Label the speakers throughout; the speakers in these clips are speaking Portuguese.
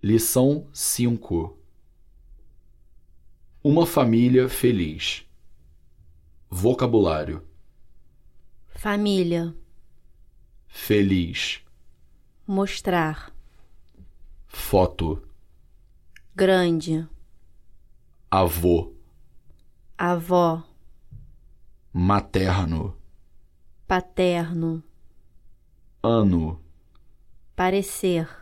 Speaker 1: Lição 5 Uma família feliz. Vocabulário:
Speaker 2: Família.
Speaker 1: feliz,
Speaker 2: Mostrar.
Speaker 1: foto,
Speaker 2: Grande.
Speaker 1: avô,
Speaker 2: Avó.
Speaker 1: materno,
Speaker 2: Paterno.
Speaker 1: ano,
Speaker 2: Parecer.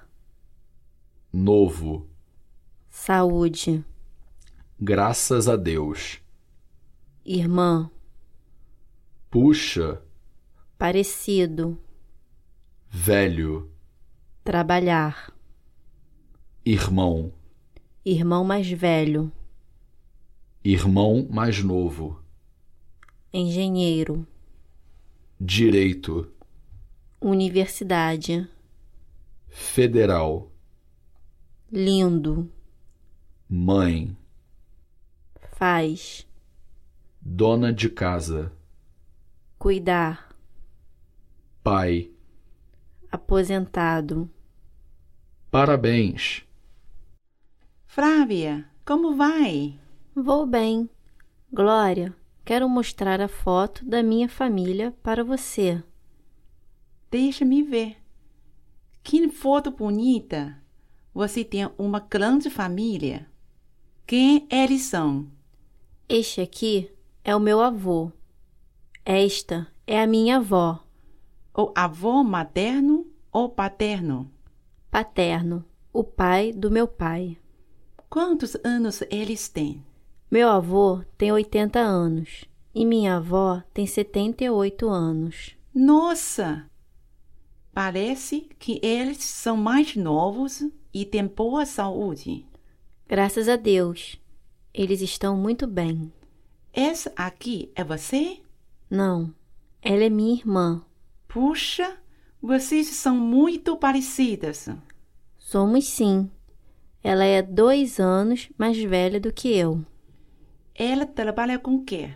Speaker 1: novo,
Speaker 2: Saúde.
Speaker 1: graças a Deus.
Speaker 2: Irmã.
Speaker 1: Puxa,
Speaker 2: Parecido.
Speaker 1: velho,
Speaker 2: Trabalhar.
Speaker 1: irmão,
Speaker 2: Irmão mais velho.
Speaker 1: irmão mais novo,
Speaker 2: Engenheiro.
Speaker 1: direito,
Speaker 2: Universidade.
Speaker 1: federal,
Speaker 2: Lindo.
Speaker 1: mãe,
Speaker 2: Faz.
Speaker 1: dona de casa,
Speaker 2: Cuidar.
Speaker 1: pai.
Speaker 2: Aposentado.
Speaker 1: Parabéns.
Speaker 3: Flávia, como vai?
Speaker 2: Vou bem. Glória, quero mostrar a foto da minha família para você.
Speaker 3: Deixa-me ver. Que foto bonita! Você tem uma grande família. Quem eles são?
Speaker 2: Este aqui é o meu avô. Esta é a minha avó,
Speaker 3: O avô materno ou paterno?
Speaker 2: paterno, o pai do meu pai.
Speaker 3: Quantos anos eles têm?
Speaker 2: Meu avô tem 80 anos e minha avó tem 78 anos.
Speaker 3: Nossa! Parece que eles são mais novos e têm boa saúde.
Speaker 2: Graças a Deus, eles estão muito bem.
Speaker 3: Essa aqui é você?
Speaker 2: Não, ela é minha irmã.
Speaker 3: Puxa, vocês são muito parecidas.
Speaker 2: Somos sim. Ela é dois anos mais velha do que eu.
Speaker 3: Ela trabalha com quê?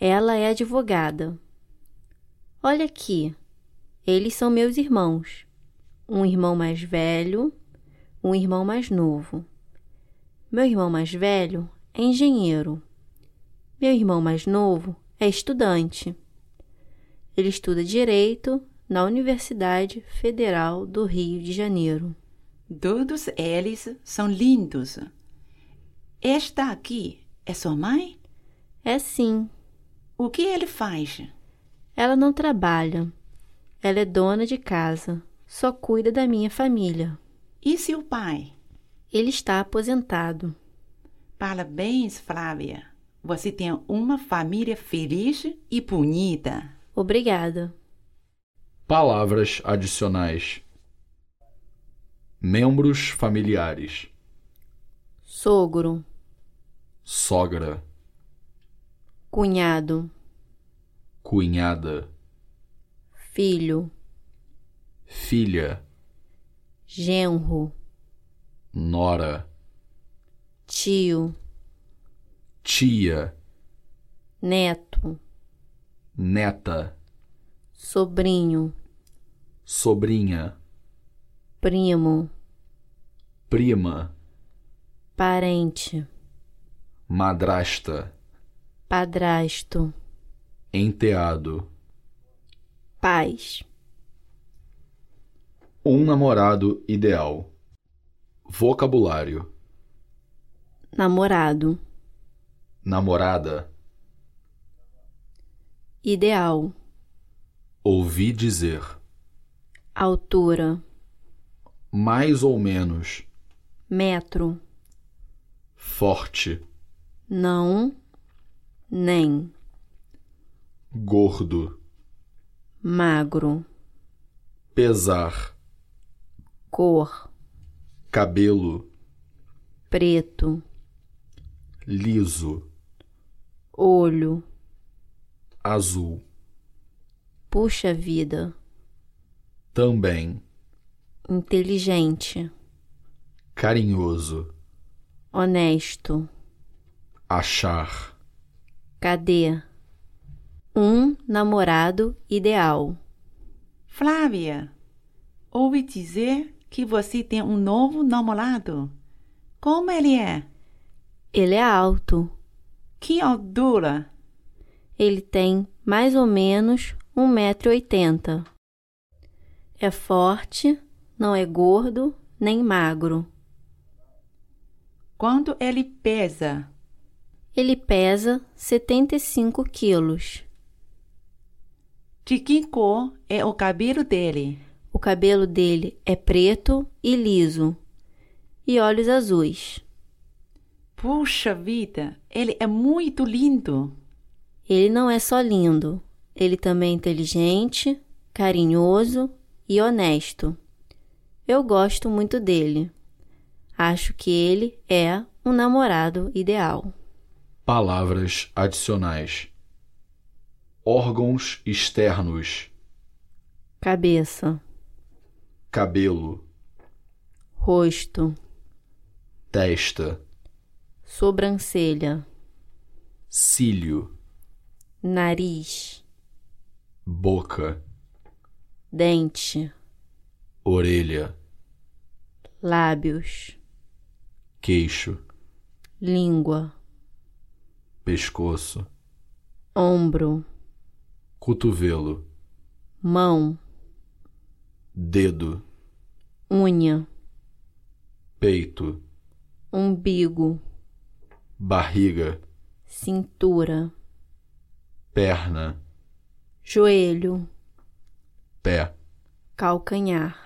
Speaker 2: Ela é advogada. Olha aqui, eles são meus irmãos. Um irmão mais velho, um irmão mais novo. Meu irmão mais velho é engenheiro. Meu irmão mais novo é estudante. Ele estuda direito na Universidade Federal do Rio de Janeiro.
Speaker 3: Todos eles são lindos. Esta aqui é sua mãe?
Speaker 2: É sim,
Speaker 3: O que ele faz?
Speaker 2: ela não trabalha. Ela é dona de casa, só cuida da minha família.
Speaker 3: E seu pai?
Speaker 2: Ele está aposentado.
Speaker 3: Parabéns, Flávia. Você tem uma família feliz e bonita.
Speaker 2: Obrigada.
Speaker 1: Palavras adicionais: Membros familiares,
Speaker 2: Sogro,
Speaker 1: sogra,
Speaker 2: cunhado,
Speaker 1: cunhada,
Speaker 2: filho,
Speaker 1: filha,
Speaker 2: genro,
Speaker 1: nora,
Speaker 2: tio,
Speaker 1: tia,
Speaker 2: neto,
Speaker 1: neta,
Speaker 2: sobrinho,
Speaker 1: sobrinha,
Speaker 2: primo,
Speaker 1: prima,
Speaker 2: parente,
Speaker 1: madrasta,
Speaker 2: padrasto,
Speaker 1: enteado.
Speaker 2: pais.
Speaker 1: Um namorado ideal. Vocabulário:
Speaker 2: Namorado,
Speaker 1: namorada,
Speaker 2: ideal,
Speaker 1: ouvi dizer,
Speaker 2: altura,
Speaker 1: mais ou menos,
Speaker 2: metro,
Speaker 1: forte,
Speaker 2: não, nem,
Speaker 1: gordo,
Speaker 2: magro,
Speaker 1: pesar.
Speaker 2: cor,
Speaker 1: cabelo
Speaker 2: preto,
Speaker 1: liso,
Speaker 2: olho,
Speaker 1: azul,
Speaker 2: puxa vida,
Speaker 1: também,
Speaker 2: inteligente,
Speaker 1: carinhoso,
Speaker 2: honesto.
Speaker 1: achar,
Speaker 2: Cadê? Um namorado ideal.
Speaker 3: Flávia, ouvi dizer que você tem um novo namorado. Como ele é?
Speaker 2: Ele é alto.
Speaker 3: Que altura?
Speaker 2: Ele tem mais ou menos 1,80m. É forte, não é gordo nem magro.
Speaker 3: Quanto ele pesa?
Speaker 2: Ele pesa 75 quilos.
Speaker 3: De que cor é o cabelo dele?
Speaker 2: O cabelo dele é preto e liso, e olhos azuis.
Speaker 3: Puxa vida, ele é muito lindo.
Speaker 2: Ele não é só lindo, ele também é inteligente, carinhoso e honesto. Eu gosto muito dele. Acho que ele é um namorado ideal.
Speaker 1: Palavras adicionais. Órgãos externos.
Speaker 2: Cabeça,
Speaker 1: Cabelo.
Speaker 2: rosto,
Speaker 1: Testa.
Speaker 2: sobrancelha,
Speaker 1: Cílio.
Speaker 2: nariz,
Speaker 1: Boca.
Speaker 2: dente,
Speaker 1: Orelha.
Speaker 2: lábios,
Speaker 1: Queixo.
Speaker 2: língua,
Speaker 1: Pescoço.
Speaker 2: ombro,
Speaker 1: Cotovelo.
Speaker 2: mão,
Speaker 1: Dedo.
Speaker 2: unha,
Speaker 1: Peito.
Speaker 2: umbigo,
Speaker 1: Barriga.
Speaker 2: cintura,
Speaker 1: Perna.
Speaker 2: joelho,
Speaker 1: Pé.
Speaker 2: calcanhar.